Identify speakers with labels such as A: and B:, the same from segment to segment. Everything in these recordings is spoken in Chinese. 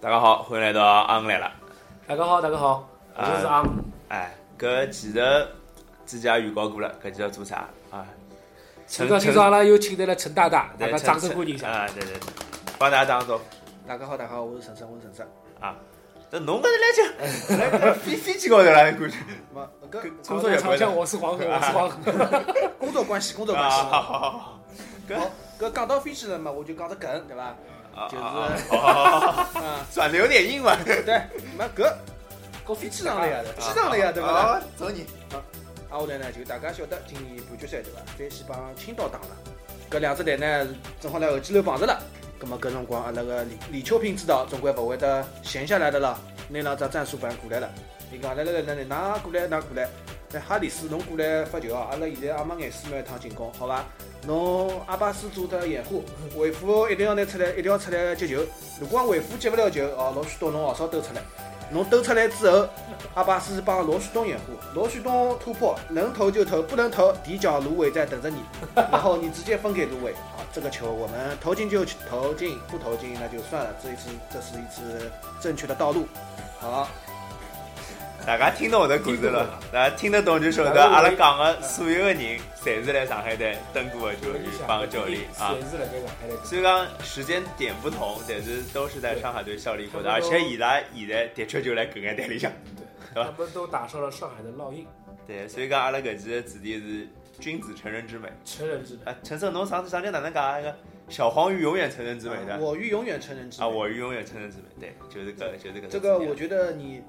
A: 大家好，欢迎来到阿五来了。
B: 大家好，大家好，我
A: 啊
B: 就是阿姆。
A: 哎，搿其实之前也预告过了，搿就要做啥啊？
B: 今
A: 陈
B: 朝
A: 陈
B: 今朝阿拉又请来了陈大大，大
A: 对
B: 家
A: 陈
B: 掌声欢迎一下。
A: 啊！对对，对帮大家打个招呼
C: 大家好，大家好，我是陈生，我是 陈生。
A: 啊！那侬搿是 来就来飞飞机高头了，感觉
C: 嘛，搿
A: 工作有
B: 长
A: 关系
B: 江我是黄河，我是黄河。
C: 工作关系，工 作
A: 啊！
C: 关系。
A: 好
C: 好，
A: 好好，
C: 搿讲到飞机了嘛，我就讲只梗，对伐？
A: 啊
C: 就是
A: 啊啊好好好好，
C: 啊，
A: 转流点硬嘛，
C: 对，嘛搿搞飞机上了
A: 哎
C: 呀，机上了呀，对伐？啦？
A: 啊？走你
C: 啊，后来呢，就大家晓得今年半决赛对伐？山西帮青岛打了，搿两只队呢正好辣后期溜碰着了。葛末搿辰光，阿拉个李李秋平指导总归勿会得闲下来的了，拿两只战术板过来了。伊讲来来来来来，㑚过来㑚过来，来哈里斯侬过来发球啊！阿拉现在阿没眼丝没一趟进攻，好伐？侬阿巴斯做得掩护，韦夫一定要拿出来，一定要出来接球。如果韦夫接勿了球，哦，老许东侬号少兜出来。侬兜出来之后，阿巴斯帮罗旭东掩护，罗旭东突破，能投就投，不能投，底角芦苇在等着你， 然后你直接分给芦苇。啊，这个球我们投进就投进，不投进那就算了，这一次这是一次正确的道路。好，
A: 大家听懂我的故事了，大家听得懂就晓得，
B: 大家
A: 阿拉讲的所有的人，侪是来上海队蹲过的球员帮个教练啊。
B: 是辣盖上海来
A: 虽然时间点不同，但是都是在上海队效力过的，
B: 对
A: 而且伊拉现在的确就来搿眼队里向。
B: 他们都打上了上海的烙印，
A: 对，所以讲阿拉搿期的主题是君子成人之美。
B: 成人之美。
A: 啊，陈胜，侬上次上天哪能讲那个小黄鱼永远成人之美的？
C: 啊我欲永远成人之美
A: 啊，我鱼永远成人之美，对，就是搿，就是搿。
C: 这个我觉得你，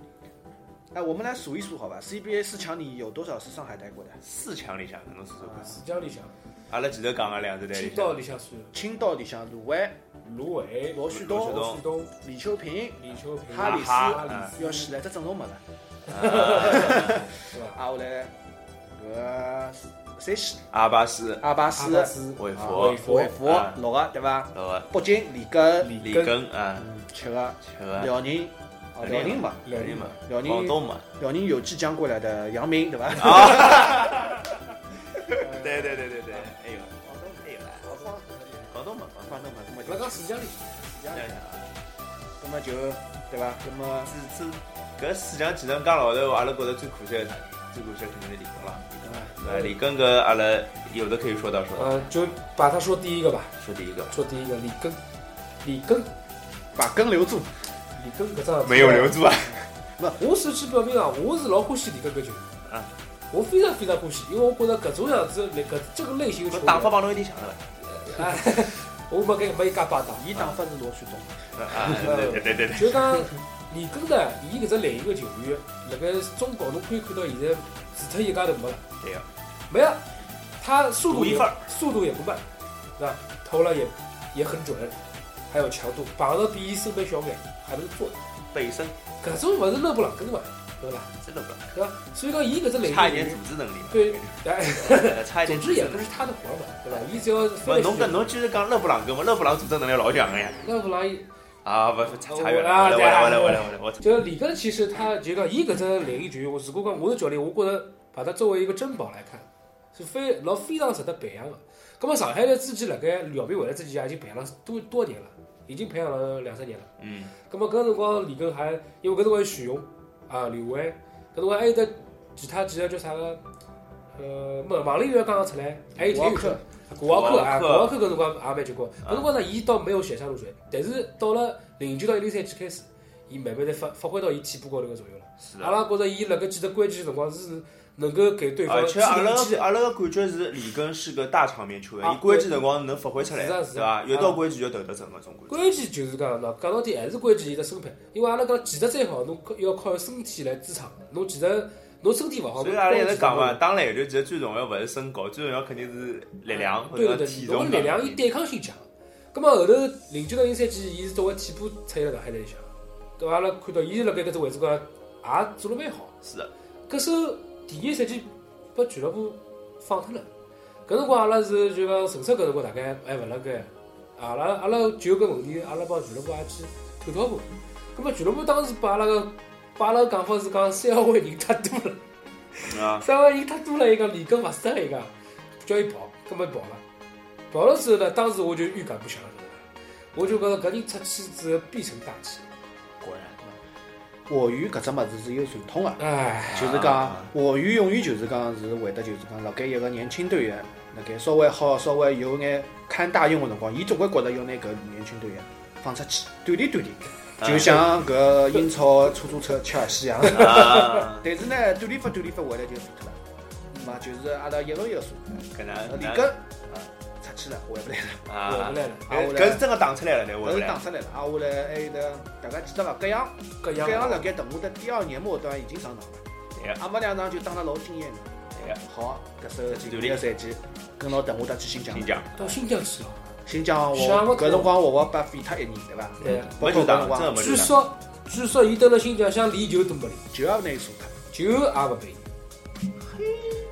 C: 哎，我们来数一数好吧？CBA 四强里有多少是上海待过的？
A: 四强里向，侬是说
C: 啊
B: 浙江里向、
A: 阿拉前头讲个两支队
B: 青
A: 里向
B: 岛，里向算
C: 青岛里向卢湾、
B: 芦苇、
C: 罗旭东
A: 罗旭东
B: 旭东、
C: 李秋平，
B: 李秋平、
C: 哈里斯
B: 哈里
C: 要
A: 啊
B: 斯
C: 死，了，这阵容没了。
B: 是吧？
C: 啊，后来搿山西
A: 阿巴斯、
C: 阿巴
B: 阿
C: 斯、
B: 巴斯、
A: 韦
C: 啊
A: 佛
B: 韦、佛
C: 韦佛
A: 啊
C: 六个对伐？
A: 那个
C: 北京李根
A: 李
B: 李根、
A: 根啊，
C: 七个，
A: 这个
C: 辽宁啊辽宁嘛，
A: 辽宁嘛，
C: 辽宁
A: 广东嘛，啊
C: 辽宁有即将过来的杨明对伐？
B: 嗯
A: 对对对对对，哎呦，广东哎呦，广东嘛，广东
C: 广东嘛，那么
B: 那
C: 就
B: 讲浙江里向，
C: 那么就对伐？那么
A: 这这搿四强技能讲老实话，阿拉觉得最可惜的是啥？最可惜的肯定是李根了。呃，李根搿阿拉有的可以说到说到，
B: 哎呃，就把他说第一个吧，
A: 说第一个吧，
B: 说第一个李根，李根，
C: 把根留住，
B: 李根搿张
A: 住啊。
B: 我是去表明啊，我是老欢喜李根搿球员
A: 啊，
B: 我非常非常欢喜，因为我觉得搿种样子搿这个类型的球
A: 侬
B: 员，
A: 打法帮侬有点像了
B: 哎，我没跟没加把打，
C: 伊打法是罗旭东，
A: 伐？啊，对对对对，
B: 就讲李根呢，伊搿只类型的球员，辣盖中国侬可以看到现在除脱伊一家头没了，
A: 对呀，
B: 没了，他速度
A: 独一
B: 也
A: 份儿
B: 速度也不慢，是吧？投了也也很准，还有强度，膀子比伊身边小眼，还能做，
A: 背身
B: 搿种勿是勒布朗根嘛，对伐？
A: 真的不
B: 对伐？所以讲伊搿只类型
A: 差
B: 的
A: 一
B: 球
A: 点
B: 员
A: 组，织能力，
B: 对，哎。
A: 呃差一
B: 总
A: 点
B: 之也
A: 能
B: 不
A: 力。
B: 是他的活嘛，对吧？伊只要
A: 不，
B: 分
A: 啊侬跟侬就是讲勒布朗哥嘛，勒布朗组织能力老强个呀。
B: 勒布朗伊，
A: 啊，不不，差差远了，我来我来我来我来我来，
B: 就是里根，其实他就讲伊搿只两个球员，我如果讲我是教练，我觉着把他作为一个珍宝来看，是非老非常值得培养的。葛么上海队之前辣盖姚明回来之前啊已经培养了多多年了，已经培养了两三年了。
A: 嗯，
B: 葛么搿辰光里根还因为搿辰光有许茹啊、刘伟，搿辰光还有得其他几个叫啥个，呃，没王林源刚刚出来，还有
C: 沃克
B: 田宇古奥克啊，
A: 古啊
B: 古
A: 奥
B: 奥克搿辰光也蛮结棍。搿辰光呢，伊倒没有显山露水，但是到了零九到一零赛季开始，伊慢慢的发发挥到伊替补高头个作用了。
A: 是啊
B: 阿
A: 的。
B: 拉觉着伊辣搿几只关键辰光是能够给对方
A: 而
B: 致
A: 且阿拉
B: 命击的。
A: 阿拉个感觉是里根是个大场面球员，
B: 啊
A: 伊关键辰光能发挥出来，
B: 是的是
A: 对
B: 的
A: 伐？
B: 啊
A: 有到关键就投得准个种感觉。
B: 关键就是讲喏，讲到底还是关键伊的身板，因为阿拉讲技术再好，侬靠要靠身体来支撑。侬技术侬身体勿好，
A: 所以
B: 侬
A: 阿拉一
B: 光
A: 直
B: 技术
A: 讲
B: 没
A: 嘛，
B: 有
A: 打篮球其实最重要勿是身高，最重要肯定是力量或
B: 哎啊对
A: 者
B: 对
A: 体
B: 对，
A: 重
B: 侬
A: 搿
B: 力量伊
A: 种
B: 对抗性强。葛么啊后头零九到一赛季，伊是作为替补出现了上海队里向，对伐？阿拉看到伊是辣盖搿只位置高，也做了蛮好。
A: 是的，
B: 搿首第一赛季被俱乐部放脱了。搿辰光阿拉是就讲陈设搿辰光大概还勿辣盖，啊阿拉阿拉就搿问题，阿拉帮俱乐部也去探讨过。葛么俱乐部当时把阿拉个把阿拉个讲法是讲三万人太多了。
A: 啊，
B: 三万人太多了，伊讲李根勿适合伊讲，叫伊跑，根本跑了。跑了之后呢，当时我就预感不祥了，我就觉着搿人出去之后必成大器，
C: 国人。华语搿只物事是有传统个，
B: 哎，
C: 就是讲华语永远就是讲是会得就是讲辣盖一个年轻队员辣盖稍微好稍微有眼看大用个辰光，伊总归觉着要拿搿年轻队员放出去锻炼锻炼，就像搿英超出租车切尔西一样。
A: 啊，
C: 但是呢，锻炼法锻炼法回来就输脱了，嘛就是阿拉一个一个输，
A: 搿
B: 啊
A: 能
C: 李根出去了回不来了，
B: 回
A: 啊
B: 不，来了，
A: 哎搿是真个打出来了，对，回不
C: 搿是
A: 来
C: 打出来了，啊下来还有得大家记得伐？搿样
B: 各
C: 搿样
B: 样
C: 辣盖藤下的第二年末端已经上场了。
A: 对个
C: 阿姆两场就打得老惊艳的。
A: 对个，
C: 好，搿首今年个赛季跟牢邓华达去新疆
A: 新，疆，
B: 到新疆去了。
C: 新疆我
B: 想不
C: 搿
B: 通
C: 辰光我被废脱一年，对伐？
B: 对啊，
A: 没球打，真个没
B: 据
A: 球打。
B: 说据说伊到了新疆想练球都没练，
C: 就要拿伊输脱。
B: 球也勿拨伊，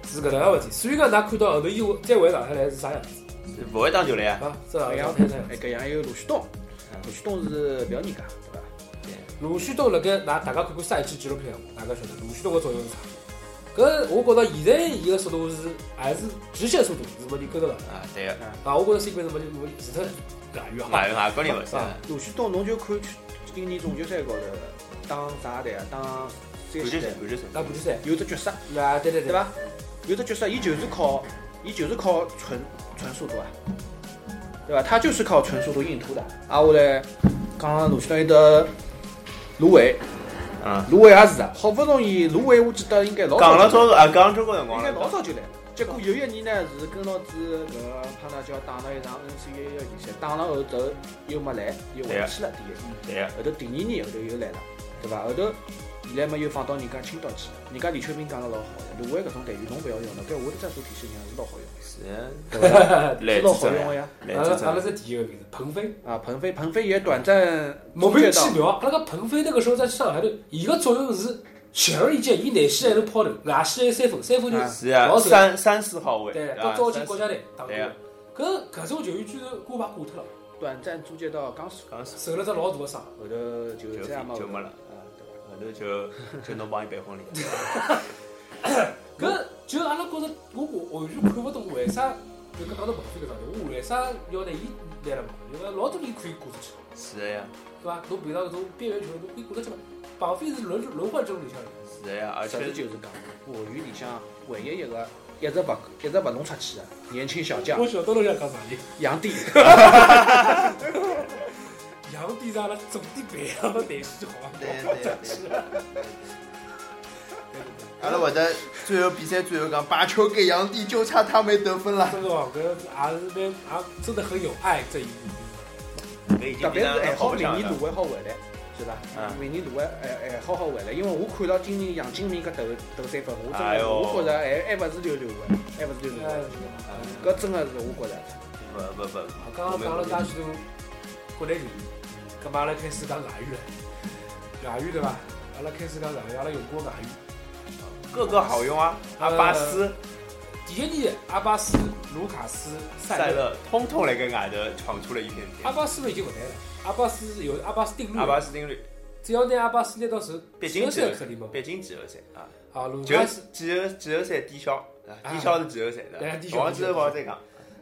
B: 是搿能样回事。所以讲，㑚看到后头伊再回上海来是啥样子
A: 不会打球了呀，
B: 啊？是啊，
C: 搿样
B: 是啥样
C: 哎，搿样还有鲁旭东，
A: 嗯
C: 鲁旭东是表人家，对伐？
B: 鲁迅东辣盖㑚大家看过赛季纪录片，大家晓得鲁迅东个作用是啥？搿我觉着现在伊个速度是还是极限速度是没人跟得上的
A: 啊，对个，
B: 啊！我觉着 C 位是没人没人除脱外援
A: 外
B: 啊，
A: 援外国人勿是，
B: 啊
C: 鲁旭东侬就看去今年总决赛高头打啥队啊？打山
A: 冠
C: 西
A: 军
C: 队
A: 赛，，冠军赛，
B: 打国际赛
C: 有只角色，
B: 啊，对对
C: 对
B: 对，
C: 伐？有只角色，伊就是靠伊就是靠纯纯速度啊，对伐？他就是靠纯速度硬突的。啊，下来刚刚鲁旭东有得芦苇。
A: 嗯，
C: 芦苇也是啊，好不容易芦苇我记得应该老
A: 讲
C: 早
A: 了
C: 就来，
A: 中啊，讲了中国辰光
C: 应该老
A: 了，
C: 早就来了。结果有一年呢是跟牢子搿个潘大娇打了一场 NCAA 的比赛，打了后头又没来，又回去
A: 哎
C: 了第一年，
A: 对个，
C: 后头第二年后头又来了，对伐？后头现在嘛又放到人家青岛去，人家李秋平讲了老好的，芦苇搿种队员侬勿要用了，搿我的战术体系上是老好用的，
A: 是，
B: 啊
C: 对伐？
A: 来
C: 是老好用的呀。
A: 来
B: 阿
A: 自
B: 拉
A: 真
B: 阿拉，再提一个名字，鹏飞。
C: 啊，鹏飞，鹏飞也短暂
B: 莫
C: 中
B: 名
C: 介
B: 其
C: 到，
B: 妙，阿拉个鹏飞那个时候在上海头，伊个作用是显而易见，伊内线还能抛投，外线还有三分，三分就是
A: 啊，
B: 老手
A: 三三四号位，
B: 对
A: 啊，
B: 到早期国
A: 三
B: 家队打过
A: 对啊，
B: 搿搿种球员居然挂牌挂脱了，
C: 短暂租借到江苏，
A: 讲是
B: 受了只老大个伤。
C: 后头就
A: 就
C: 这样嘛，
A: 就没了
C: 啊，对伐？
A: 后头就 就侬帮伊办婚礼，
B: 搿就阿拉觉着，我我完全看勿懂为啥，就讲到鹏飞搿桩事，我为啥要拿伊来了嘛？因为老多人可以挂出去，
A: 是的呀，
B: 对伐？侬平常搿种边缘球员侬可以挂出去嘛？鹏飞是轮轮换阵容里向的，
A: 是的啊呀，而且
C: 实事求是讲，华语里向唯一一个一直勿一直勿弄出去的年轻小将
B: 我晓得侬想讲啥人。
C: 杨迪，
B: 洋地上了总地北啊， 内需好啊，
D: 阿拉会得最后比赛最后讲，把球给杨迪，就差他没得分了。
B: 真的哦，搿也是蛮也真的很有爱这一面。
A: 搿已
C: 特
A: 经比
C: 别
A: 咱
C: 是
B: 哎
C: 还
A: 还
C: 好
A: 好不
C: 明
A: 上
C: 年
A: 了
C: 芦，苇好回来，是伐？
A: 嗯
C: 明年芦苇还还好好回来，因为我看到今年杨金明搿投投三分，我真
A: 哎
C: 的是
A: 呦
C: 我觉着还还勿是溜溜的，还勿是溜溜
B: 哎
C: 的，，
A: 嗯
C: 搿真的是我觉着
A: 不不不，
B: 刚刚讲了介许多国内球员，搿么阿拉开始讲外援了。外援对伐？阿拉开始讲外援，阿拉用过外援。
A: 个个好用啊，阿巴斯、
B: 第一年，阿巴斯、卢卡斯、
A: 塞
B: 塞勒，
A: 勒，通通来跟外头闯出了一片
B: 呃阿
A: 天。
B: 巴斯已经勿来了。阿巴斯有阿巴斯定律，
A: 阿巴斯定律，
B: 只要拿阿巴斯拿到手，
A: 毕竟
B: 只
A: 季
B: 有
A: 后
B: 可以嘛。
A: 毕竟季后赛啊，
B: 啊，卢
A: 就
B: 卡
A: 是
B: 斯，
A: 季后季后赛低消，啊低消是季后赛
B: 对啊低
A: 的，
B: 消
A: 往之后往再讲。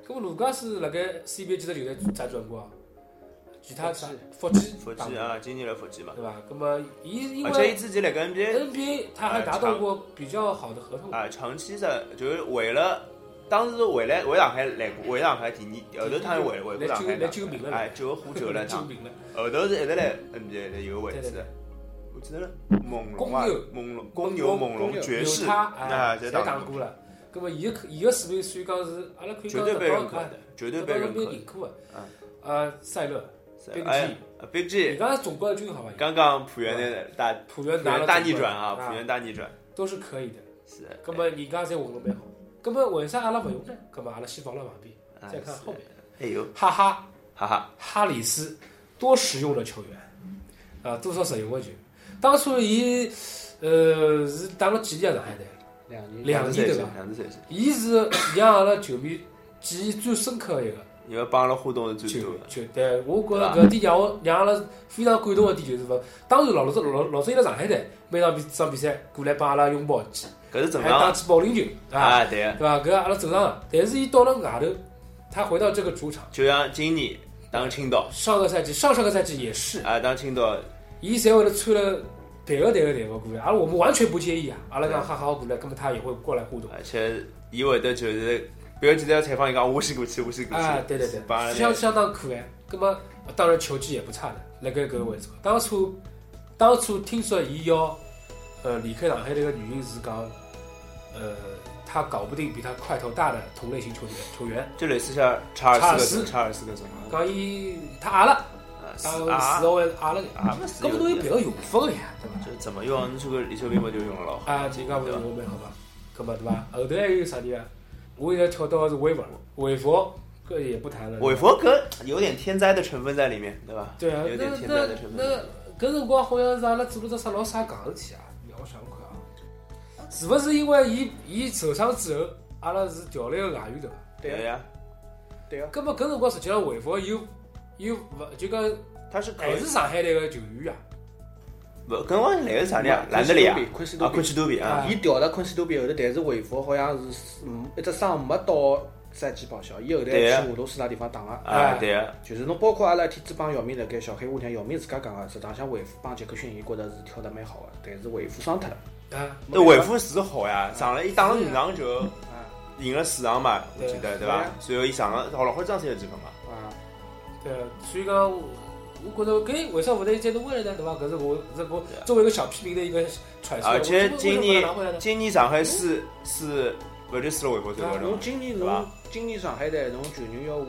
B: 搿么卢卡斯辣盖 CBA 几只球队才转过啊？其他啥
C: 复基？
B: 福基，
A: 腹肌啊，今年来腹肌嘛，
B: 对吧？那么伊因
A: 而且伊哎
B: 为
A: 自己来跟 NBA
B: NBA 他还达到过比较好的合同，
A: 啊，长期的，就是为了当时回来回上海来过，回上海第二，后头他又回回过上海
B: 来救来救命了
A: 哎，救喝酒 了一
B: 救
A: 趟，
B: 命了。
A: 后头呃是一直来 NBA 的嗯有个位
B: 对对
A: 置
B: 对
A: 的。我记得了，猛龙啊
B: 公牛，
A: 猛龙，公牛，
C: 公
A: 猛龙
C: 公，牛
A: 爵士
B: 有他
A: 啊，
B: 哎，
A: 侪
B: 侪
A: 打
B: 打
A: 过，
B: 过了。那么伊个伊个水平虽讲是阿拉可以
A: 绝
B: 讲
A: 对
B: 得
A: 被
B: 到
A: 认可
B: 啊
A: 的，，绝对
B: 得
A: 被
B: 到
A: 认可
B: 被
A: 的嗯
B: 认可的。啊，塞勒，
A: 是
B: Big。
A: 哎
B: G
A: ，Big
B: 人
A: G，
B: 家总冠军好吧？
A: 刚刚浦原的大
B: 浦
A: 浦
B: 原拿
A: 原
B: 了
A: 大逆转
B: 总
A: 啊，
B: 冠
A: 浦
B: 军
A: 原大逆转
B: 都是可以的。
A: 是。
B: 那么人家侪混了蛮好。那么为啥阿拉勿用呢？那么阿拉先放到旁边，
A: 哎
B: 再看后面。
A: 哎呦，
B: 哈哈，
A: 哈哈，
B: 哈里斯多实用的球员，啊，多少实用的球员。当初伊呃是打了几年上海队，
C: 两年
B: 两年
A: 只
B: 对
A: 球
B: 吧？
A: 两只球星，
B: 伊是让阿拉球迷记忆最深刻的一个
A: 因为帮阿拉互动是最
B: 球
A: 多的。
B: 球，对我觉着搿点让我让阿拉非常感动的点就是说，当然老老早老老早伊拉上海队每场比场比赛过来帮阿拉拥抱去，
A: 搿是正
B: 还
A: 常
B: 打
A: 啊
B: 起保龄球啊，
A: 啊，对啊，
B: 对伐？搿阿拉正常的。但是伊到了外头，他回到这个主场，
A: 就像今年当青岛哎
B: 上个赛季上上个赛季也是，
A: 啊，当青岛
B: 伊侪会得穿了队个队个队个过来，而我们完全不介意啊。阿拉讲哈哈好过来，那么他也会过来互动。
A: 而且伊会得就是，比如今天要采访伊讲，我是过去，我是过去，
B: 啊，对对
A: 帮阿
B: 对，
A: 拉
B: 相相当可爱。那么当然球技也不差的，辣盖搿个位置高。当初当初听说伊要呃离开上海的一个原因是讲，呃，他搞不定比他块头大的同类型球员球员，
A: 就类似像查
B: 查
A: 尔
B: 尔
A: 斯
B: 斯
A: 搿种，查尔斯搿种啊
B: 讲伊他阿了，当时
A: 啊
B: 稍微阿了点，
A: 啊，没事
B: 搿么都有别个用法个呀，对伐？
A: 就怎么用？你这个李秀斌不就用了老好？
B: 啊，人家勿是我蛮好嘛，搿么对伐？后头还有啥人啊？我现在跳到的是韦弗，韦弗搿也不谈了。
A: 韦佛格有点天灾的成分在里面，对吧？
B: 对啊
A: 有，
B: 那
A: 点天灾
B: 那
A: 的成分。
B: 那搿辰光好像是阿拉做了只啥老啥戆事体啊？让我想想看啊，是勿是因为伊伊受伤之后，阿拉是调了一个外援头？
C: 对啊
A: 对
C: 个
A: 呀，
C: 对个，
B: 搿么搿辰光实际上韦弗又又勿就讲
A: 他是可
B: 哎还是上海队个球员呀？
A: 不跟我来个啥呢？兰德里啊，
C: 昆士
A: 啊，
C: 多
A: 昆
C: 比，
A: 士多比啊，
C: 伊调了昆士多比后头，但是回复好像是嗯一只伤没到赛季报销，伊后头还
A: 对
C: 去
A: 啊
C: 俄罗斯那地方打个。
A: 啊，对啊，
C: 就是侬包括阿拉天子帮姚明辣盖小黑屋里向，姚明自家讲个，啊这场像韦弗帮杰克逊，伊觉着是跳得蛮好个，但是韦弗伤脱了。
B: 啊，
A: 那韦夫是好呀，上了伊打了五场球，
C: 啊
A: 赢了四场嘛，我
B: 对
A: 记得对
C: 对
A: 吧
C: 啊？
A: 随后伊上了好了好几场才有积分嘛。
C: 啊，
B: 对，所以讲我我觉着搿为啥勿能再弄回来呢？对伐？搿是我是我
A: 对啊
B: 作为一个小屁民的一个揣测。
A: 而且啊
B: 我
A: 今年
B: 我为啥勿能拿回来呢
A: 今年上海是是不就输了韦佛最多了
C: 侬
A: 吗？
C: 今年
A: 对
C: 侬
A: 吧
C: 今年上海队侬球员要下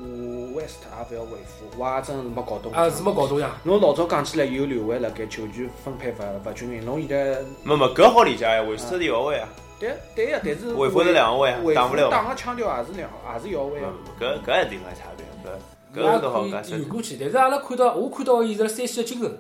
C: West 也勿要韦弗，我也真是没搞懂。
B: 啊是没搞懂呀？
C: 侬老早讲起来有刘伟辣盖球权分配勿勿均匀，侬现在
A: 没没，搿好理解呀，韦斯特的摇位啊，
C: 对对呀，但是
A: 韦佛是两个位啊
C: 韦，
A: 打
C: 弗
A: 不了嘛。
C: 打个腔调也是两也是要位啊。
A: 不搿搿一定个差别，搿搿
B: 拉
A: 是好
B: 可
A: 搿
B: 以游
A: 是
B: 过去，但是阿拉看到，我看到伊是山西的精神，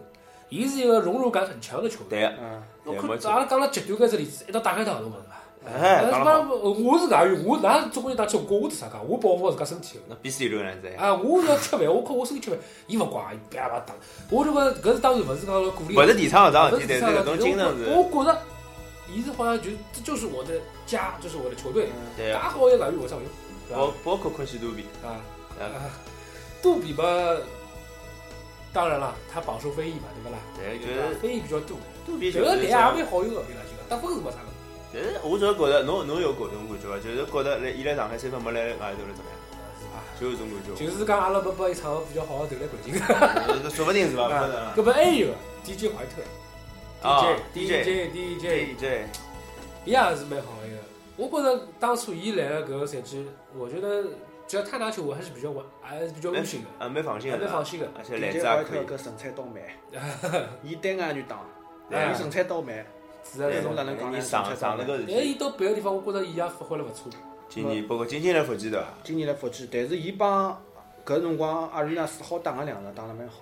B: 伊是一个融入感很强的球员。
A: 对个，
C: 啊，
B: 我
A: 对没
B: 看
A: 错
B: 阿拉讲了极端搿只例子，一道打开打侬嘛是伐？
A: 哎，
B: 是
A: 讲得
B: 吧
A: 好，？
B: 我是外援，我哪总归打起我我是啥讲？我保护我自家身体
A: 那必须有这个人在。
B: 啊！我要吃饭，我靠我身体吃饭，伊勿怪，伊叭叭打。我这个搿是当然勿是讲鼓励，
A: 不是提倡搿
B: 勿
A: 桩事
B: 是
A: 体，
B: 啥
A: 但是
B: 了
A: 搿种精神是，
B: 我我觉着伊是好像就这就是我的家，就是我的球队，
A: 对
B: 打
A: 啊，
B: 好一个外援我才会用，对
A: 包
B: 吧？
A: 包括昆西杜比，
B: 啊。
A: 啊，
B: 啊，杜比吧，当然了，他饱受非议嘛，对不啦？
A: 对，就
B: 对吧
A: 是
B: 非议比较多，
A: 杜比
B: 这
A: 就是
B: 个队也
A: 啥
B: 蛮好用的，对啦，就讲得分是没啥个。
A: 但是啊我就是觉得侬侬有搿种感觉伐？就是觉得来伊来上海三分没来外头了怎么样？
B: 啊
A: 就有种感觉，
B: 就是讲阿拉没拨一场比较好的投篮环境。
A: 呃 说不定是吧？不可能
B: 啊
A: 啊
B: 搿么还有个 DJ 怀特
A: 啊
B: ，DJ
A: ，DJ
B: DJ DJ，
A: DJ
B: 伊也是蛮好的一个。我觉着当初伊来了搿个赛季，我觉得只要他拿球，我还是比较完，还是比较安心的，
A: 啊，蛮放心
B: 哎还
A: 的
B: 蛮
A: 啦
B: 放，心的。
A: 而且篮
C: DJ
A: 子
C: 怀
A: 也可以
C: 特，搿身材 倒蛮，伊单眼就打，
A: 对
B: 啊
C: 伊身材倒蛮。
B: 是的，是
C: 对
B: 的
C: 侬哪能讲呢
A: 你上上了个事
B: 但
A: 体，
B: 是哎伊到别个地方，我觉着伊也发挥了勿错。
A: 今年包括今年的福建的，
C: 今年来复去，但是伊帮搿辰光阿瑞纳斯好打个两场，打得蛮好。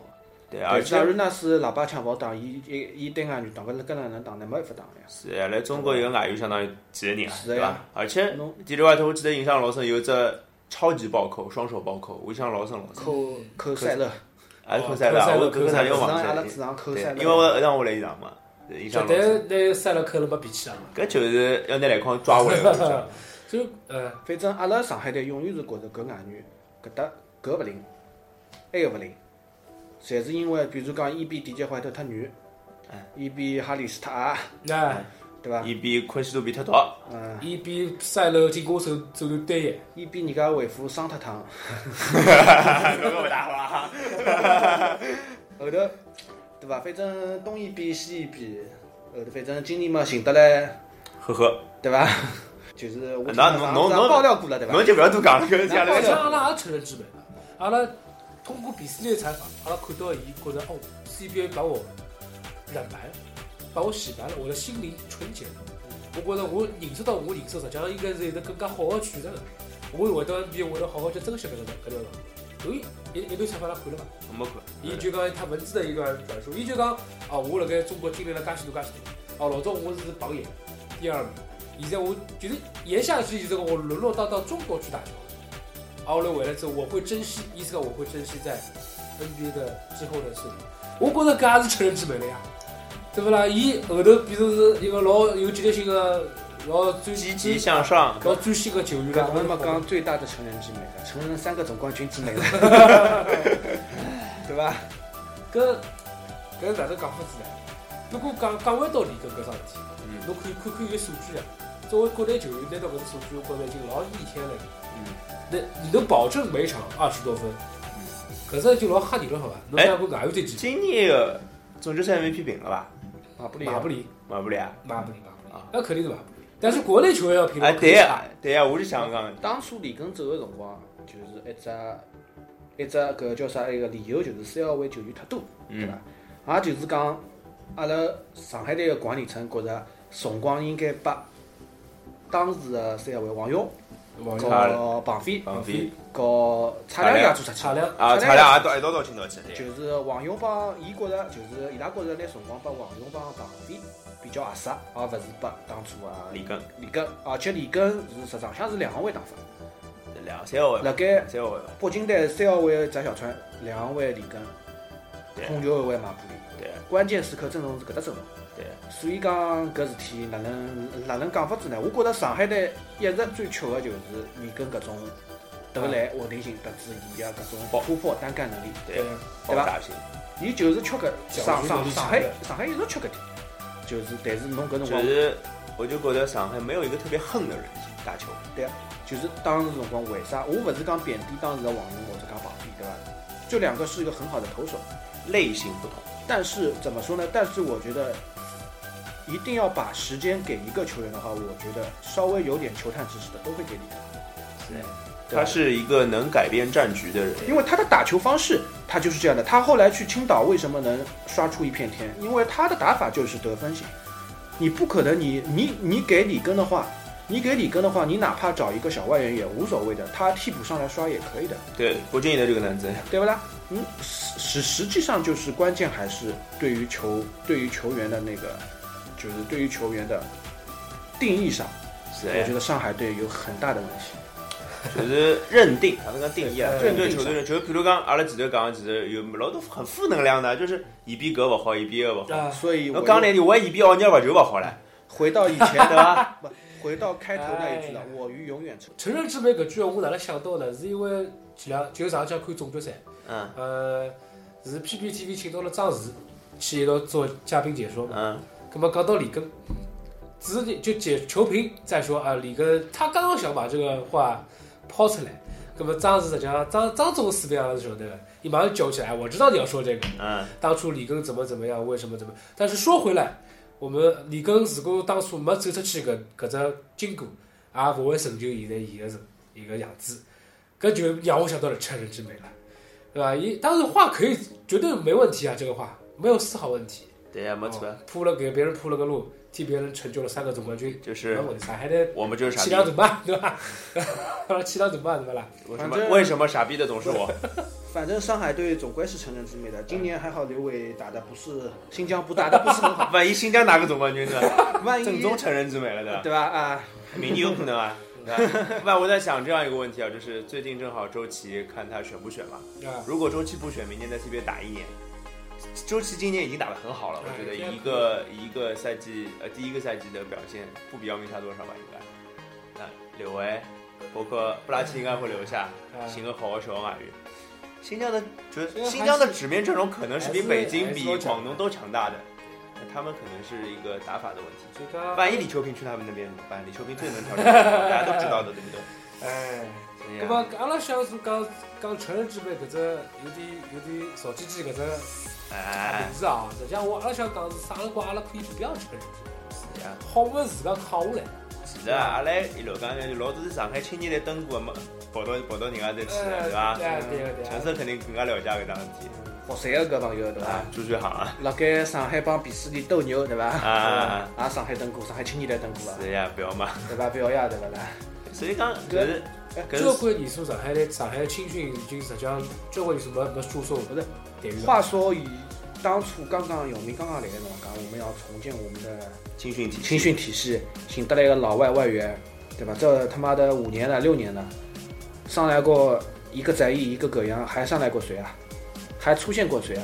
A: 对，而
C: 但是阿
A: 且
C: 瑞纳斯喇叭腔勿好打，伊伊伊单眼就打，搿搿哪能打呢？没办法打个呀。
A: 是来中国一个外援相当于几个人啊，
C: 是的
A: 对吧
C: 呀？
A: 而且
C: 侬
A: 迪丽外头我记得印象老深，有一只超级暴扣，双手暴扣，我印象老深老深。
C: 扣扣塞勒，
A: 还是扣塞勒啊，
B: 哦
A: 我
B: 扣
A: 扣
B: 塞
A: 塞
B: 勒
A: 勒
C: 主
A: 我
C: 场
A: 忘
C: 阿拉
A: 记
C: 主
A: 了，
C: 场扣
A: 对
C: 塞，
A: 因为我
C: 勒。
A: 一场我来一场嘛，对印
B: 绝
A: 象老深。
B: 对拿塞勒扣了没脾气啊嘛。
A: 搿就是要拿篮筐抓回来 的感觉。
B: 就呃，
C: 反正阿拉上海队永远是觉着搿外援搿搭搿勿灵，埃个勿灵，侪是因为比如讲伊比 DJ 怀特太软
A: 哎，
C: 伊比哈里斯太矮，
B: 那
C: 对伐？
A: 伊比昆西多比特大，
C: 嗯，
B: 伊比赛勒进攻手手段单一，
C: 伊比人家维夫伤 脱趟。
A: 搿个勿大好啊。
C: 后头，对伐？反正东一比西一比，后头反正今年嘛寻得来，
A: 呵呵，
C: 对伐？ 就是我
A: 那侬侬侬
C: 爆料过了，对伐？
A: 侬就勿要多讲了，搿下
B: 而
A: 来
B: 且阿拉也承认之美了。阿拉通过比斯利的采访，阿拉看到伊觉得哦，CBA 把我染白了，把我洗白了，我的心灵纯洁了。我觉得我认识到我人生实际上应该是一个更加好的选择的。我回到 NBA，我会得好好去珍惜搿段搿段辰光。有一一段采访，阿拉看了伐？
A: 没看。
B: 伊就讲，E 他文字的一个转述，伊就讲啊，我辣盖中国经历了介许多介许多，哦、老早我是榜眼第二名，现在我就是言下之意就是讲我沦落到到中国去打球，啊，后来回来之后我会珍惜，意思讲我会珍惜在 NBA 的之后的事情，我觉着搿也是成人之美了呀，对不啦？伊后头变成是一个老有积极性的，老最
A: 积极向上，
B: 老最新的球员
C: 搿
B: 了，
C: 侬没讲最大的成人之美了，成人 三个总冠军之美了，对伐？
B: 搿搿是哪能讲法子呢？如果讲讲回到李根搿桩事体，
A: 嗯
B: 侬可以看看有数据啊。作为国内球员，拿到搿个数据，我觉着已经老逆天了。
A: 嗯
B: 那你能保证每场二十多分，搿只就老吓人了，好伐？侬
A: 哎
B: 想过外援队几？
A: 今年个总决赛 MVP 平了吧？
C: 马布里
B: 马布里，
A: 马布里啊？
B: 马布里，马布里
A: 啊，
B: 那肯定是马布里。但是国内球员要评
A: 啊，
B: 论，
A: 对呀，对呀，我就想讲，
C: 当初李根走的辰光，就是一只一只搿叫啥一个理由，就是三号位球员太多，对
A: 嗯
C: 伐？也就是讲，阿拉上海队个管理层觉着辰光应该拨当时的三号位王勇、
B: 王
A: 差了
C: 和庞飞、
A: 放飞
C: 和差两家做出
B: 差量
A: 啊，差俩也到一道到进到去，
C: 去，就是王勇帮伊觉着，就是伊拉觉着拿辰光拨王勇帮庞飞比较合适，而勿是拨当初啊
A: 李根
C: 李根，而且李根是实际上是两号位打法，
A: 两三号位吧，
C: 辣盖
A: 三号位吧，
C: 北京队三号位翟小川，两号位李根
A: 对，
C: 控球后卫马布里。
A: 对
C: 关键时刻阵容是搿搭阵容，
A: 对，
C: 所以讲搿事体哪能哪能讲法子呢？我觉着上海队一直最缺的就是李根搿种投篮稳定性，特指伊个搿种突
A: 哦
C: 破单干能力，
A: 对，
C: 对
A: 爆
C: 吧
A: 炸性，
C: 伊就是缺搿
B: 角
C: 上
B: 度
C: 上
B: 力
C: 上
B: 强
C: 海
B: 的
C: 上海一直缺搿点，就是但是侬搿辰
A: 就
C: 光
A: 是我就觉得上海没有一个特别横的人打球，
C: 就是当时辰光为啥？我勿是讲贬低当时的王勇或者讲庞飞，对伐？这两个是一个很好的投手。
A: 类型不同，
C: 但是怎么说呢？但是我觉得一定要把时间给一个球员的话，我觉得稍微有点球探知识的都会给你，
A: 是
C: 对吧
A: 他是一个能改变战局的人，
C: 因为他的打球方式他就是这样的。他后来去青岛为什么能刷出一片天？因为他的打法就是得分型，你不可能你你你给里根的话。你给里根的话，你哪怕找一个小外援也无所谓的，他替补上来刷也可以的，
A: 对，不建议的这个男子，
C: 对不啦？嗯，实实实际上就是关键还是对于球对于球员的那个，就是对于球员的定义上，
A: 是哎
C: 我觉得上海队有很大的问题。
A: 就是认定，他那个定义啊，
B: 对
A: 认对球队的，就是比如讲，阿拉前头讲，其实有老多很负能量的，就是一边搿勿好，一边搿勿好。
B: 啊，
C: 所以我
A: 侬讲两句，我一边奥尼尔罚球勿好了，
C: 回到以前
A: 对伐？
C: 不，回到开头那一句了
B: 哎，
C: 我与永远成。
B: 成人之美搿句话我哪能想到呢？是因为前两就上家看总决赛，
A: 嗯
B: 呃，是 PPTV 请到了张弛去一道做嘉宾解说嘛。
A: 嗯，
B: 那么讲到里根，只是就解球评在说啊，里根他刚刚想把这个话抛出来，那么张弛实际上张张总是这样子说对吧？你马上揪起来，我知道你要说这个，
A: 嗯，
B: 当初里根怎么怎么样，为什么怎么？但是说回来，我们里根如果当初没走出去搿搿只筋骨，也勿会成就现在伊个是一个样子。搿就让我想到了成人之美了，对伐？伊当时话可以绝对没问题啊，这个话没有丝毫问题。
A: 对呀，没错
B: 哦，铺了给别人铺了个路，替别人成就了三个总冠军，
A: 就是
B: 那我啥还得
A: 我们就是
B: 气
A: 傻
B: 量
A: 逼，
B: 怎么办，对吧？气量怎么办，对吧啦？
A: 为什
C: 反
A: 么
C: 正
A: 为什么傻逼的总是我？
C: 反正上海队总归是成人之美的。今年还好刘伟打的不是新疆不打的不是 很好，
A: 万一新疆拿个总冠军呢？
C: 万一
A: 正宗成人之美了的，
C: 对吧？啊，
A: 明年有可能啊。对吧我在想这样一个问题啊，就是最近正好周琦看他选不选嘛。
B: 啊，
A: 如果周琦不选，明年在 CBA 打一年。周琦今年已经打得很好了，我觉得
B: 哎
A: 一个一个赛季呃第一个赛季的表现不比姚明差多少吧，应该。那刘维，包括布拉奇应该会留下，
B: 啊
A: 寻个好的小外援。新疆的觉
B: 这个还是
A: 新疆的纸面阵容可能是比北京、
B: 还是
A: 比
B: 还是
A: 广东都强大的，那他们可能是一个打法的问题。
B: 所以讲，
A: 万一李秋平去他们那边怎么办？李秋平最能调整，大家都知道的，对不对？
B: 哎，
A: 所以
B: 那
A: 啊
B: 么阿拉想说讲讲成人之美搿只有点有点少唧唧搿只
A: 哎
B: 名，字啊，实际上我阿拉想讲是啥辰光阿拉可以不要成人之美，
A: 是啊
B: 好我们自家扛下来，
A: 其实啊，阿拉一路讲讲，老早是上海青年队登过，没跑到跑到人家队去的，
C: 呃
A: 对
B: 哎，
A: 吧？
B: 对啊对啊对
A: 陈
B: 啊，
A: 生肯定更加了解搿桩事体，
C: 好谁啊，搿朋友对
A: 对
C: 吧
A: 吧？？朱学航啊，
C: 辣盖上海帮比斯利斗牛对吧？
A: 啊，
C: 啊，上海登过，上海青年队登过啊，
A: 是呀，不要嘛。
C: 对吧？表扬对吧？啦，
A: 所以讲，搿是
B: 交
C: 呃
A: 搿是
B: 关年数上海的上海青训已经实际上交关年数没没输送，
C: 不是
B: 待遇
C: 话说以当初刚刚姚明刚刚来的辰光，我们要重建我们的
A: 青训体系，
C: 青训体系，请得了一个老外外援，对吧？这他妈的五年了六年了，上来过一个翟毅，一个葛阳，还上来过谁啊？还出现过谁啊？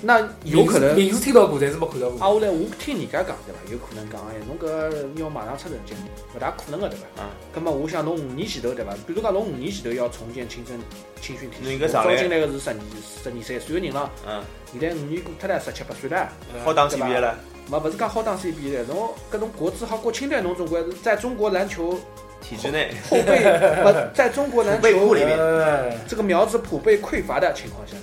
C: 那有可能
B: 名字听到过，但是没看到
C: 啊，
B: 过。
C: 后来我听人家讲对伐，有可能讲哎，侬搿要马上出成绩，勿大可能个对伐？
A: 啊，
C: 葛末我想侬五年前头对伐？比如讲侬五年前头要重建青春青训体
A: 侬
C: 系，
A: 应
C: 我
A: 该上来
C: 招进来个是十二十二三岁个人了，
A: 嗯，
C: 现在五年过脱了，十七八岁了，
A: 好打
C: 对吧
A: CBA 了，
C: 嘛勿是讲好当 CBA 了，侬搿种国字号国青队，侬总归是在中国篮球
A: 体制内
C: 后备勿在中国篮
A: 储备库
C: 球
A: 里面
B: 哎
C: 这个苗子普被匮乏的情况下，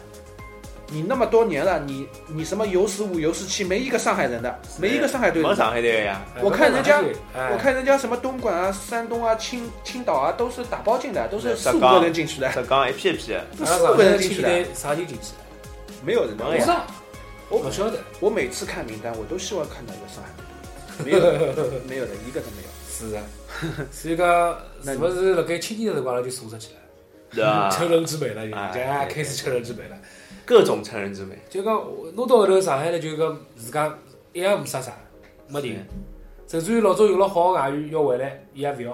C: 你那么多年了，你你什么有史五有史七，没一个上海人的，没一个上海队
A: 没
C: 的。
A: 上海队的呀，
B: 哎
C: 我看人家
B: 哎
C: 我看人家什么东莞啊、山东啊、青青岛啊，都是打包进的，都是
A: 上
C: 四五
A: 岗
C: 个人进去的，
A: 浙江一批一批的，
C: 都
B: 阿
C: 四
B: 拉上
C: 五个
B: 海
C: 人
B: 进
C: 进去
B: 去
C: 的，
B: 队啥人进去？
C: 没有人的。
A: 没
B: 不
A: 哎
B: 知
A: 呀
C: 我
B: 道，
C: 我
B: 不晓得。
C: 我每次看名单，我都希望看到一个上海人，没有的，没有的，一个都没有。
B: 是啊，所以讲
C: 那
B: 是
C: 你
B: 不是辣盖青年的辰光阿拉就锁出去
A: 对啊吧？
B: 了，成人之美了，人
A: 哎
B: 家
A: 对
B: 啊开始成人之美了。
A: 各种成人之美，
B: 就讲我弄到后头上海呢，就讲自家一样没啥啥，没
A: 是
B: 人，甚至于老早有了好外援要回来，伊也勿要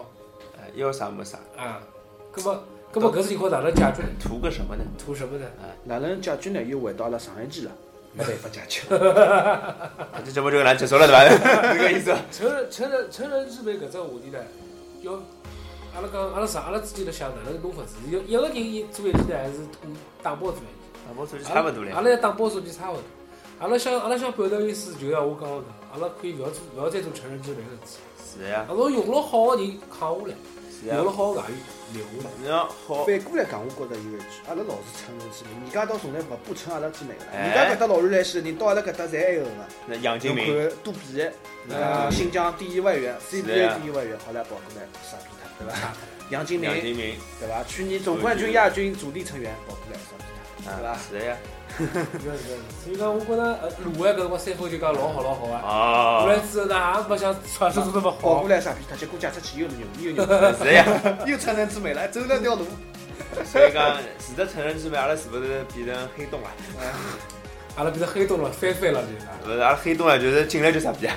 A: 哎要啥没啥，
B: 啊。葛么，葛么搿事情况哪能解决？
A: 图个什么呢？
B: 图什么呢？
C: 哪能解决呢？又回到了上一季了，没办法解 决。
A: 啊这节目就难结束了，对 吧？这个意思。
B: 成人成人成人之美搿只话题呢，要阿拉讲阿拉上阿拉自己辣想哪能弄法子？要一个人一做一件呢，还是通打包做一件？
A: 那我出去差不多
B: 阿
A: 了，
B: 拉要打包手机差勿多。阿拉想，阿拉想表达意思，就像我讲个，阿拉可以勿要做，勿要再做成人之美个事体。
A: 是的呀
B: 阿，拉用了好个人扛下来，
A: 是的
B: 用
A: 呀
B: 了。好个外援留下来。
A: 你要好，
C: 反过来讲，我觉得有一句，阿拉老是称人之美，人家到从来勿不称阿拉之美了。
A: 哎
C: 人家搿搭老远来西，人到阿拉搿搭侪还有个。
A: 那杨
C: 侬
A: 金明，
C: 看杜比，
A: 嗯
C: 呃，新疆第一外援
A: 是啊
C: ，CBA 第一外援，后来跑过来傻逼他，对伐？杨金明
A: 杨，金明，
C: 对伐？去年总冠军、亚军主力成员跑过来傻逼他，对
A: 啊，
C: 伐？
A: 是的呀，
B: 是的是的 所以讲，我觉着呃，卢湾搿辰光三分就讲老好老好啊。后来
A: 哦，
B: 之后呢，也没想传说中那么
C: 跑
B: 好
C: 过。来傻逼他，结果嫁出去又牛逼又牛 逼，
A: 是的呀。
C: 又成人之美了，走了条路。
A: 所以讲，除了成人之美，阿拉是不是变成黑洞了？啊
B: 阿拉变成黑洞了，翻番了就是啊。
A: 不是，阿拉黑洞啊，就是进来就傻逼啊，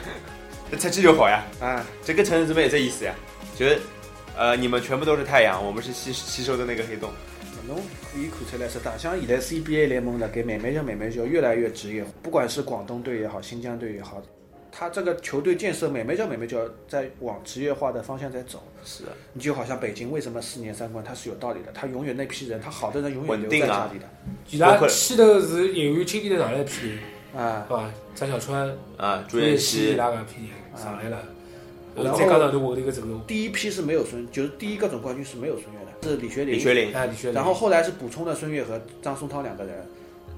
A: 出去就好呀。
C: 啊，
A: 这个成人之美也这意思呀，就是，呃，你们全部都是太阳，我们是吸吸收的那个黑洞。
C: 侬可以看出来，实际上现在 CBA 联盟辣盖慢慢就慢慢就越来越职业化，不管是广东队也好，新疆队也好，他这个球队建设慢慢就慢慢就在往职业化的方向在走。
A: 是的，
C: 你就好像北京为什么四年三冠，它是有道理的，他永远那批人，他好的人永远
A: 稳
C: 留
A: 定
C: 在
A: 啊
C: 家里的
B: 伊拉牵头是业余青年的上来一批人，
C: 啊
B: 对。伐？张小川、
A: 啊，朱
B: 朱
A: 彦
B: 彦伊
A: 希，
B: 拉搿批人上来了，
C: 然
B: 然
C: 后
B: 后再加上侬稳定个阵容，
C: 第一批是没有孙，就是第一个总冠军是没有孙悦的，是李学林。
A: 李学林，
B: 哎，李学
C: 然后后来是补充了孙悦和张松涛两个人，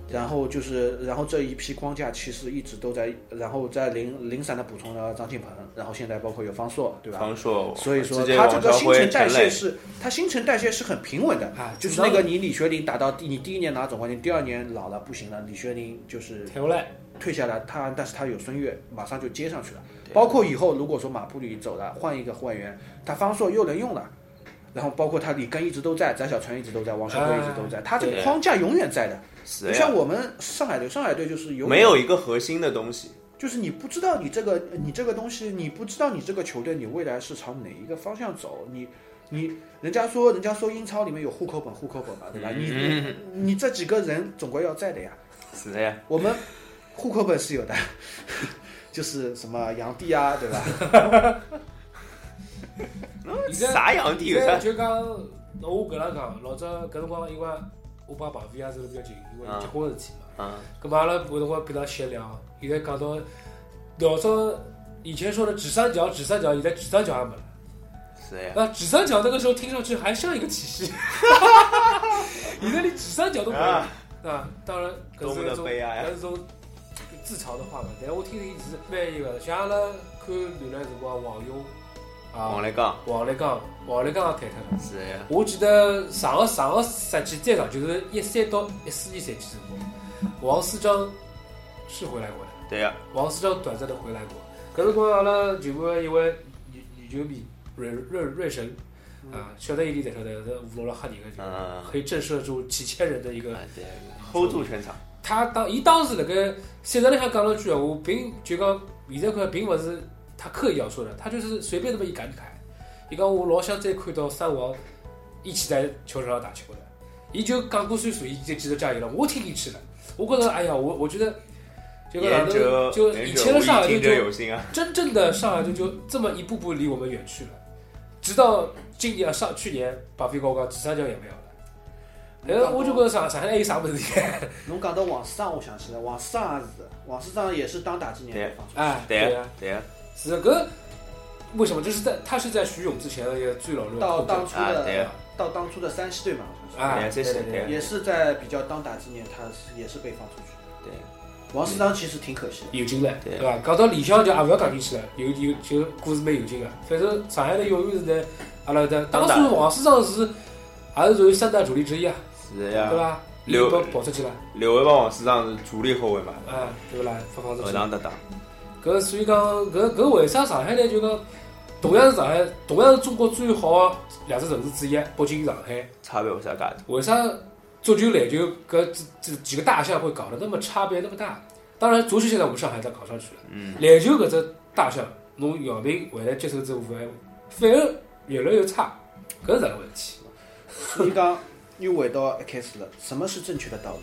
C: 然后就是然后这一批框架其实一直都在，然后在零零散的补充了张敬鹏，然后现在包括有方硕，对吧？
A: 方硕，
C: 所以说
A: 直接
C: 他这
A: 王
C: 个
A: 朝
C: 新
A: 辉、
C: 陈代
A: 陈
C: 谢
A: 磊，
C: 是，他新陈代谢是很平稳的。
B: 啊，
C: 就是那个你李学林打到第你第一年拿总冠军，第二年老了不行了，李学林就是
B: 退回来，
C: 退下来，他但是他有孙悦，马上就接上去了。包括以后如果说马布里走了，换一个外援，他方硕又能用了。然后包括他李根一直都在，翟小川一直都在，王小波一直都在，他这个
A: 对
C: 框架永远在的。
A: 哎是
C: 不
A: 的
C: 像
A: 呀，
C: 我们上海队，上海队就是永远
A: 没有一个核心的东西。
C: 就是你不知道你这个你这个东西，你不知道你这个球队你未来是朝哪一个方向走，你你人家说人家说英超里面有户口本户口本嘛，对吧？你
A: 嗯
C: 你你这几个人总归要在的呀。
A: 是的呀，
C: 我们户口本是有的， 就是什么杨帝啊，对吧？
B: 现在
A: 啥样的有
B: 现在
A: 啥？
B: 就讲，那我搿能讲，老早搿辰光因为我帮朋友也走得比较近，因为有结婚的事体嘛。
A: 啊，
B: 葛末阿拉搿辰光平常闲聊，现在讲到老早以前说的纸三角，纸三角，现在纸三角也没了。
A: 是的呀，
B: 那纸三角那个时候听上去还像一个体系， 现在连纸三角都没有。
A: 啊
B: 啊，当然，搿
A: 多么
B: 是一
A: 的
B: 种
A: 悲哀啊
B: 搿是一种自嘲的话嘛。但我听听是蛮有个，像阿拉看原来辰光王勇
A: 王
B: 啊，
A: 来刚，
B: 王来刚，王来刚也开脱了。
A: 是的呀，
B: 我记得上个上个赛季再上，就是一三到一四年赛季辰光，王思章是回来过的，
A: 对呀，
B: 王思章短暂的回来过。搿辰光阿拉全部一位女女球迷瑞瑞瑞神啊，晓得一点才晓得，搿五罗拉吓人个就
A: 嗯，
B: 可以震慑住几千人的一个。
A: 啊对，hold 住全场，
B: 他当伊当时辣盖赛场里向讲了句闲话，并就讲现在看并勿是他刻意要说的，他就是随便这么一感慨。伊讲我老想再看到三王一起在球场上打球的，伊就讲过岁数，伊就记得加油了，我听进去了，我觉得，哎呀，我我觉得这个
A: 言者
B: 就以
A: 言
B: 前
A: 者
B: 的
A: 无
B: 上
A: 意，
B: 海就
A: 听者
B: 就
A: 有心啊。
B: 真正的上海就就这么一步步离我们远去了，直到今年上去年把飞高高几张奖也没有了。哎，我就觉得上上海还有啥问题？
C: 侬讲到王世昌，我想起来，王世昌也是的，王世昌也是当打击年代放出来的。
B: 哎，
A: 对
B: 啊，
A: 对啊，
B: 是搿为什么？这是在他是在徐勇之前的一个最老弱
C: 到
B: 后备
C: 当初
A: 啊对
C: 的
A: 啊
C: 到当初的山西队嘛，好像是
B: 啊，
A: 对啊
B: 对
A: 这
B: 对
A: 是
B: 对
A: 对啊
C: 也是在比较当打击年，他是也是被放出去的。
A: 对，
C: 王世昌其实挺可惜的。
B: 有劲了，
A: 对
B: 对吧？讲到李湘就也勿要讲进去了，有有就故事蛮有劲个。反正上海呢，永远是呢，阿拉的当
A: 当打
B: 初王世昌是还是属于三大主力之一啊，
A: 是呀
B: 对。吧？
A: 刘
B: 跑跑出去了，
A: 刘伟帮王世昌是主力后卫嘛，
B: 啊，对不啦？发放出
A: 后
B: 去。
A: 场搭档。
B: 搿所以讲，搿搿为啥上海呢？就讲同样是上海，同样是中国最好的两只城市之一，北京、上海，
A: 差别为啥介大？
B: 为啥足球、篮球搿这这几个大项会搞得那么差别那么大？当然，足球现在我们上海在搞上去了，
A: 嗯，
B: 篮球搿只大项，侬姚明回来接手之后，反反而越来越差，搿是啥个问题？
C: 所 以讲，又回到一开始了，什么是正确的道理？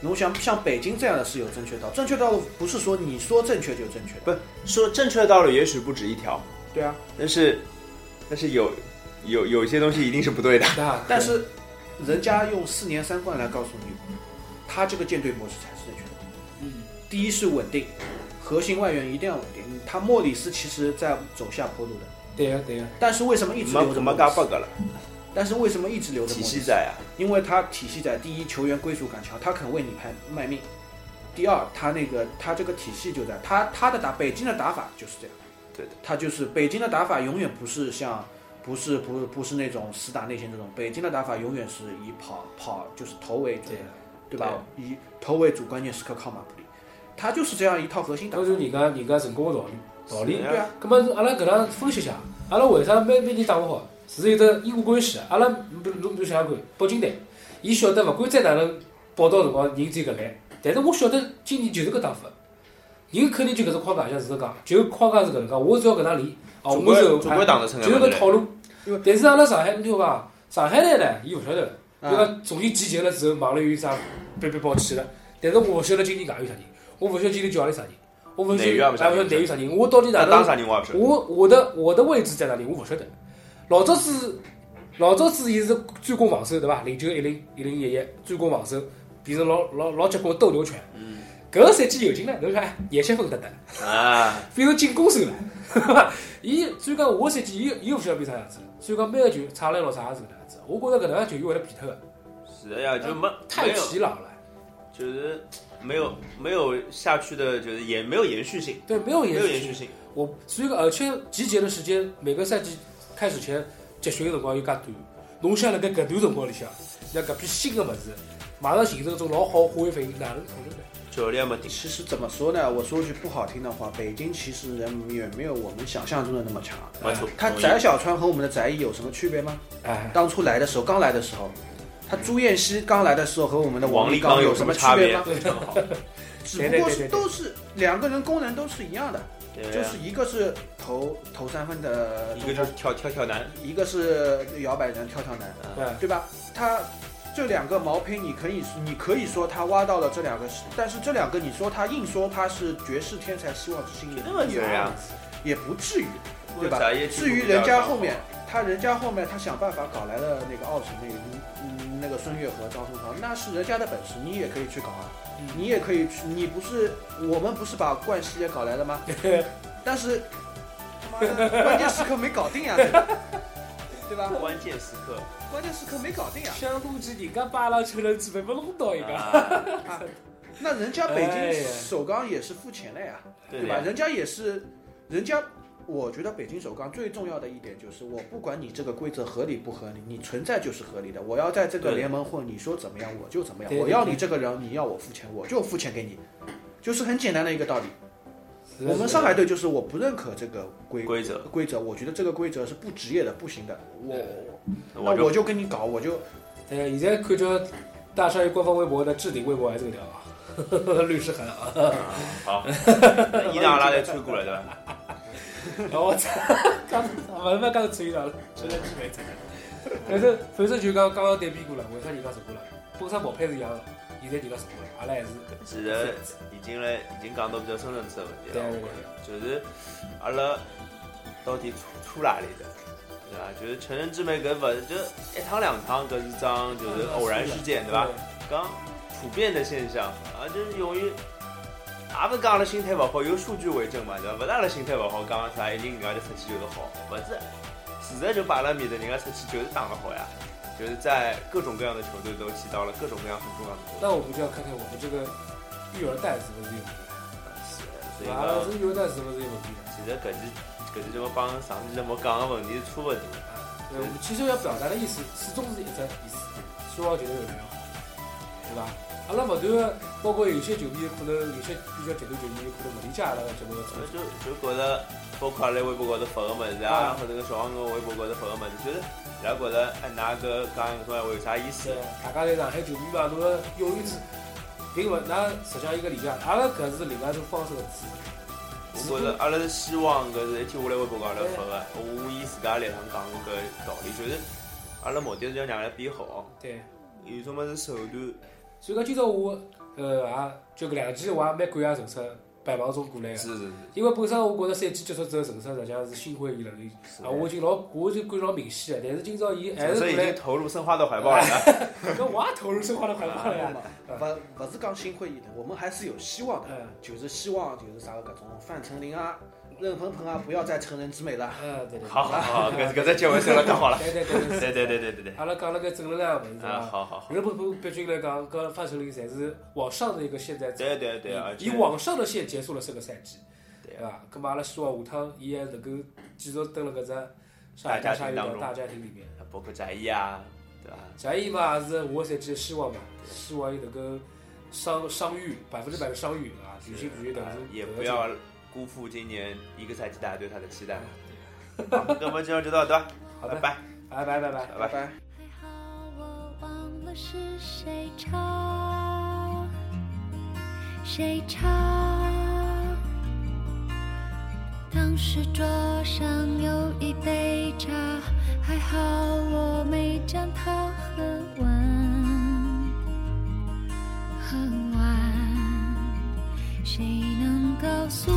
C: 侬想像北京这样的是有正确道，正确道路不是说你说正确就正确的，
A: 说正确的道路也许不止一条，
C: 对啊。
A: 但是但是有有有些东西一定是不 对的。
B: 那
C: 但是人家用四年三冠来告诉你，他这个舰队模式才是正确的。嗯，第一是稳定，核心外援一定要稳定。他莫里斯其实在走下坡路的，
B: 对呀对呀，
C: 但是为什么一直
A: 没
C: 留着
A: 没
C: 莫
A: 噶
C: 里
A: 八
C: 斯？
A: 个了，
C: 但是为什么一直留着
A: 体
C: 莫里
A: 系
C: 斯？
A: 在啊，
C: 因为他体系在第一，球员归属感强，他肯为你拍卖命；第二，他那个他这个体系就在他他的打北京的打法就是这样，
A: 对的，
C: 他就是北京的打法永远不是像不是不是不是那种死打内线这种，北京的打法永远是以跑跑就是头为主
B: 对，呀，
C: 对吧？以头为主，关键时刻靠马布里，他就是这样一套核心打
B: 搿
C: 法
B: 就。是人家人家成功的道理道理。
A: 是
C: 对啊，
B: 咁么，阿拉搿能分析一下，阿拉为啥每每年打勿好，是有得因果关系的。阿拉比如侬比如想想看，北京队，伊晓得勿管再哪能报道辰光人只有搿眼，但是我晓得今年就是搿打法，人肯定就搿只框架，像是搿讲，就框架是搿能介，我只要搿能理，哦，
A: 总
B: 我
A: 归
B: 就
A: 总归打得成
B: 就有
A: 个
B: 搿套路。但是阿拉上海，你听伐？上海队呢，伊勿晓得，
A: 啊
B: 对伐？重新集结了之后，忙了有啥被被抛弃了。但是我勿晓得今年外有啥人，我勿晓得今年叫里啥人，我勿晓
A: 内
B: 得
A: 援也
B: 还
A: 不
B: 勿
A: 晓得
B: 晓得内有啥人，我到底哪
A: 那
B: 能
A: 当？啥人我也不晓 得。
B: 我我的我的位置在哪里？我不晓得。老早子老早子伊是专攻防守对伐？零九一零一零一一专攻防守，变成老老老结棍的斗牛犬。
A: 嗯
B: 搿个赛季有劲了，侬看廿七分得得，
A: 啊，
B: 变成进攻手了。 伊所以讲，我赛季伊伊又勿晓得变啥样子了。所以讲，每个球差了老啥也是搿能样子。我觉着搿能样球员会得变脱个，
A: 是的呀，就没
B: 太
A: 没有，
B: 疲劳了。
A: 就是没有没有下去的，就是也没有延续性，
B: 对，没有
A: 没
B: 延
A: 有
B: 续
A: 延
B: 性
A: 续性。
B: 我所以呃讲，而且集结的时间，每个赛季开始前集训的辰光又介短，侬想辣盖搿段辰光里向，那搿批新的物事，马上形成一种老好的化学反应，哪能可能呢？
A: 教练没定，
C: 其实怎么说呢？我说句不好听的话，北京其实人远没有我们想象中的那么强。
A: 没错，
C: 他
A: 同意
C: 翟小川和我们的翟毅有什么区别吗？
B: 哎，
C: 当初来的时候，刚来的时候，他朱彦曦刚来的时候和我们的
A: 王
C: 立
A: 立
C: 刚
A: 刚
C: 有
A: 什
C: 么区
A: 差
C: 别
A: 别？
C: 吗？
A: 非常好，
C: 只
B: 对对
C: 不过
B: 对对
C: 是
B: 对
C: 都是两个人功能都是一样的，
A: 对
C: 就
A: 呀
C: 是一个是投投三分的
A: 一
C: 中
A: 个
C: 锋
A: 就是，跳跳啊跳难，
C: 一个是摇摆人跳跳男，
B: 哎，
C: 对吧？他这两个毛坯，你可以你可以说他挖到了这两个，但是这两个你说他硬说他是绝世天才，希望之星也
A: 那么这样，
C: 也不至于，啊对吧
A: 翟也进
C: 至
A: 步比
C: 于
A: 较
C: 人家
A: 少
C: 后面，他人家后面他想办法搞来了那个奥城那个嗯那个孙悦和张春芳，那是人家的本事，你也可以去搞啊，你也可以去，你不是我们不是把冠希也搞来了吗？但是他妈的关键时刻没搞定呀、对 吧对吧？
A: 关键时刻，
C: 关键时刻没搞定呀、
B: 想估计人家巴拉车轮子被被弄到一个，
A: 啊
C: 啊，那人家北
B: 哎
C: 京
B: 呀
C: 首钢也是付钱的呀，
A: 对
C: 对吧？
A: 的呀，
C: 人家也是，人家我觉得北京首钢最重要的一点就是，我不管你这个规则合理不合理，你存在就是合理的。我要在这个
A: 对
C: 联盟混，你说怎么样我就怎么样。
B: 对对
C: 我要你这个人，你要我付钱，我就付钱给你，就是很简单的一个道理。
B: 是的
C: 我们上海队就是我不认可这个规
A: 规则，
C: 规则，我觉得这个规则是不职业的，不行的。我
A: 那
C: 那
A: 我就
C: 我就跟你搞，我就
B: 哎，现在看叫大鲨鱼官方微博的置顶微博还是搿条啊， 律师函啊，
A: 好，那伊朗阿拉再吹过来对吧？
B: 我操，刚慢慢刚吹到了，真的是没反正反正就讲刚刚对比过了，为啥人家成功了？本身毛坯是一样的，现在就到成功了，阿拉还是
A: 其实已经来已经讲到比较深层次的问题
B: 对
A: 了，我
B: 对
A: 觉得就是阿拉到底出出哪里的，对吧？就是成人之美搿勿是就一趟两趟搿是桩就是偶然事件，对吧？？讲普遍的现象啊，就是由于哪勿讲阿拉心态勿好，有数据为证嘛，对伐？勿是阿拉心态勿好，讲啥一定人家就出去就是好，勿是，事实就摆辣面头，人家出去就是打得好呀，就是在各种各样的球队都起到了各种各样很重要的作用。
B: 那我们就要看看我们这个育儿袋是不是有问题，
A: 是的，所
B: 对
A: 以
B: 吧？阿拉
A: 讲，
B: 是育儿袋是不是有问题的？
A: 其实搿期搿期节目帮上期节目讲个问题啊是差勿多的，
B: 对，我们其实要表达的意思始终是一只意思，希望球队越来越好，对吧？阿拉勿断的，包括有些球迷可能有些比较极端球迷可能勿理解阿拉个节目个
A: 我
B: 初衷，
A: 就就觉着，包括阿拉微博高头发个物事啊，或者搿小黄狗微博高头发个物事，就是伊拉觉着哎，㑚搿讲搿种闲话有啥意思
B: 是？大家侪上海球迷嘛，侬个用语词，并勿㑚实际上一个理解，阿拉搿是另外一种方式个词，
A: 我觉着阿拉是希望搿是一天下来微博高头发个，我伊自家来趟讲过搿道理，就是阿拉目的是要让伊拉变好，
B: 对。
A: 有种物事手段，
B: 所以讲今朝我呃也就搿两季我也蛮感谢陈澈百忙中过来个，
A: 是是
B: 因为本身我觉着赛季结束之后陈澈实际上是心灰意冷的，
A: 是
B: 啊我已经老我已经感觉老明显了，但是今朝伊还是
A: 所
B: 过
A: 以已
B: 来
A: 经。投入申花的怀抱了，
B: 那我也投入生活的怀抱了
A: 啊
B: 呀。
C: 勿勿是讲心灰意冷，我们还是有希望的，
B: 嗯
C: 就是希望就是啥个搿种范丞丞啊、任鹏鹏啊，不要再成人之美了。
B: 嗯，对对。
A: 好好好，搿搿只结尾收了太好了，
B: 对对对
A: 对对对对对对，
B: 阿拉讲了个正能量的物事
A: 啊
B: 啊。
A: 好好好，
B: 日本不毕竟来讲，跟范丞丞才是往上的一个现在，
A: 对对对，啊而
B: 以
A: 且
B: 往上的线结束了这个赛季，
A: 对啊
B: 对吧？那么阿拉希望下趟伊还能够继续蹲了搿只上海
A: 大家庭
B: 鲨鱼
A: 当
B: 岛
A: 中
B: 大家庭里面。
A: 包括翟毅啊，对伐？
B: 贾伊嘛也是我赛季的希望嘛，希望伊能够伤伤愈，百分之百的伤愈啊，举行举行等
A: 啊
B: 着
A: 也不要辜负今年一个赛季大家对他的期待了。好，那么今天就到这儿，
B: 好的
A: 拜拜，
B: 拜拜拜拜。
A: 拜
C: 拜
A: 拜。
C: 拜。
E: 还好我忘了是谁唱，谁唱。当时桌上有一杯茶，还好我没将它喝完，喝完。谁能告诉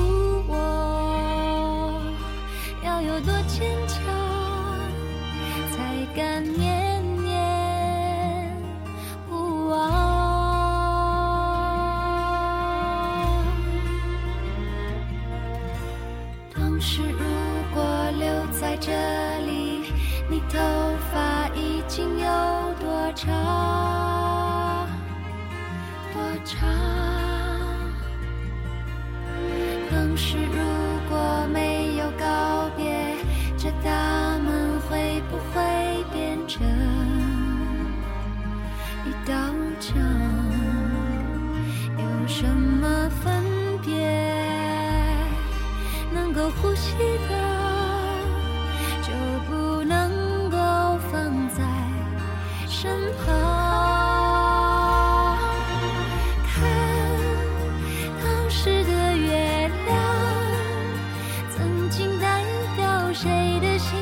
E: 我，要有多坚强，才敢念念不忘？当时如果留在这里，你头发已经有多长，多长？当时如果没有告别，这大门会不会变成一道墙？有什么分别能够呼吸的，就不能够放在身旁？看。当时的月亮，曾经代表谁的心，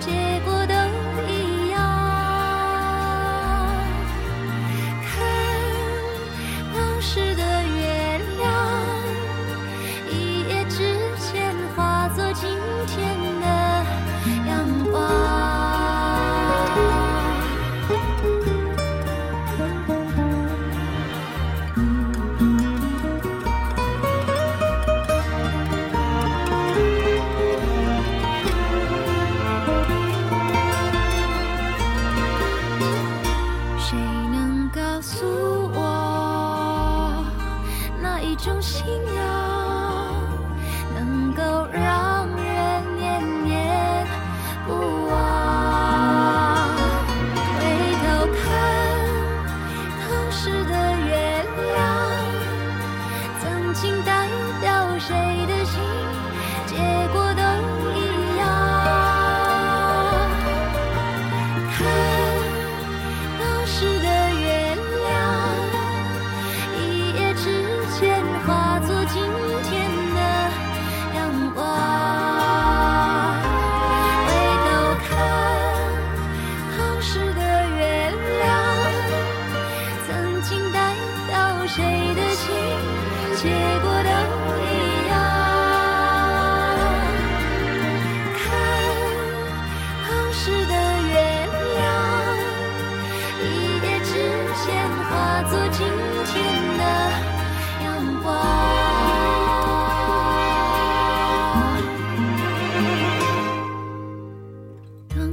E: 结果都一样。看当时的月亮，一夜之间化作今天的阳光。谁能告诉我，哪一种信仰能够让人年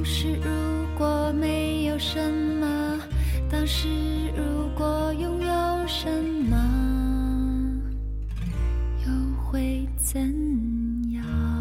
E: 时如果没有什么，当时如果拥有什么，又会怎样？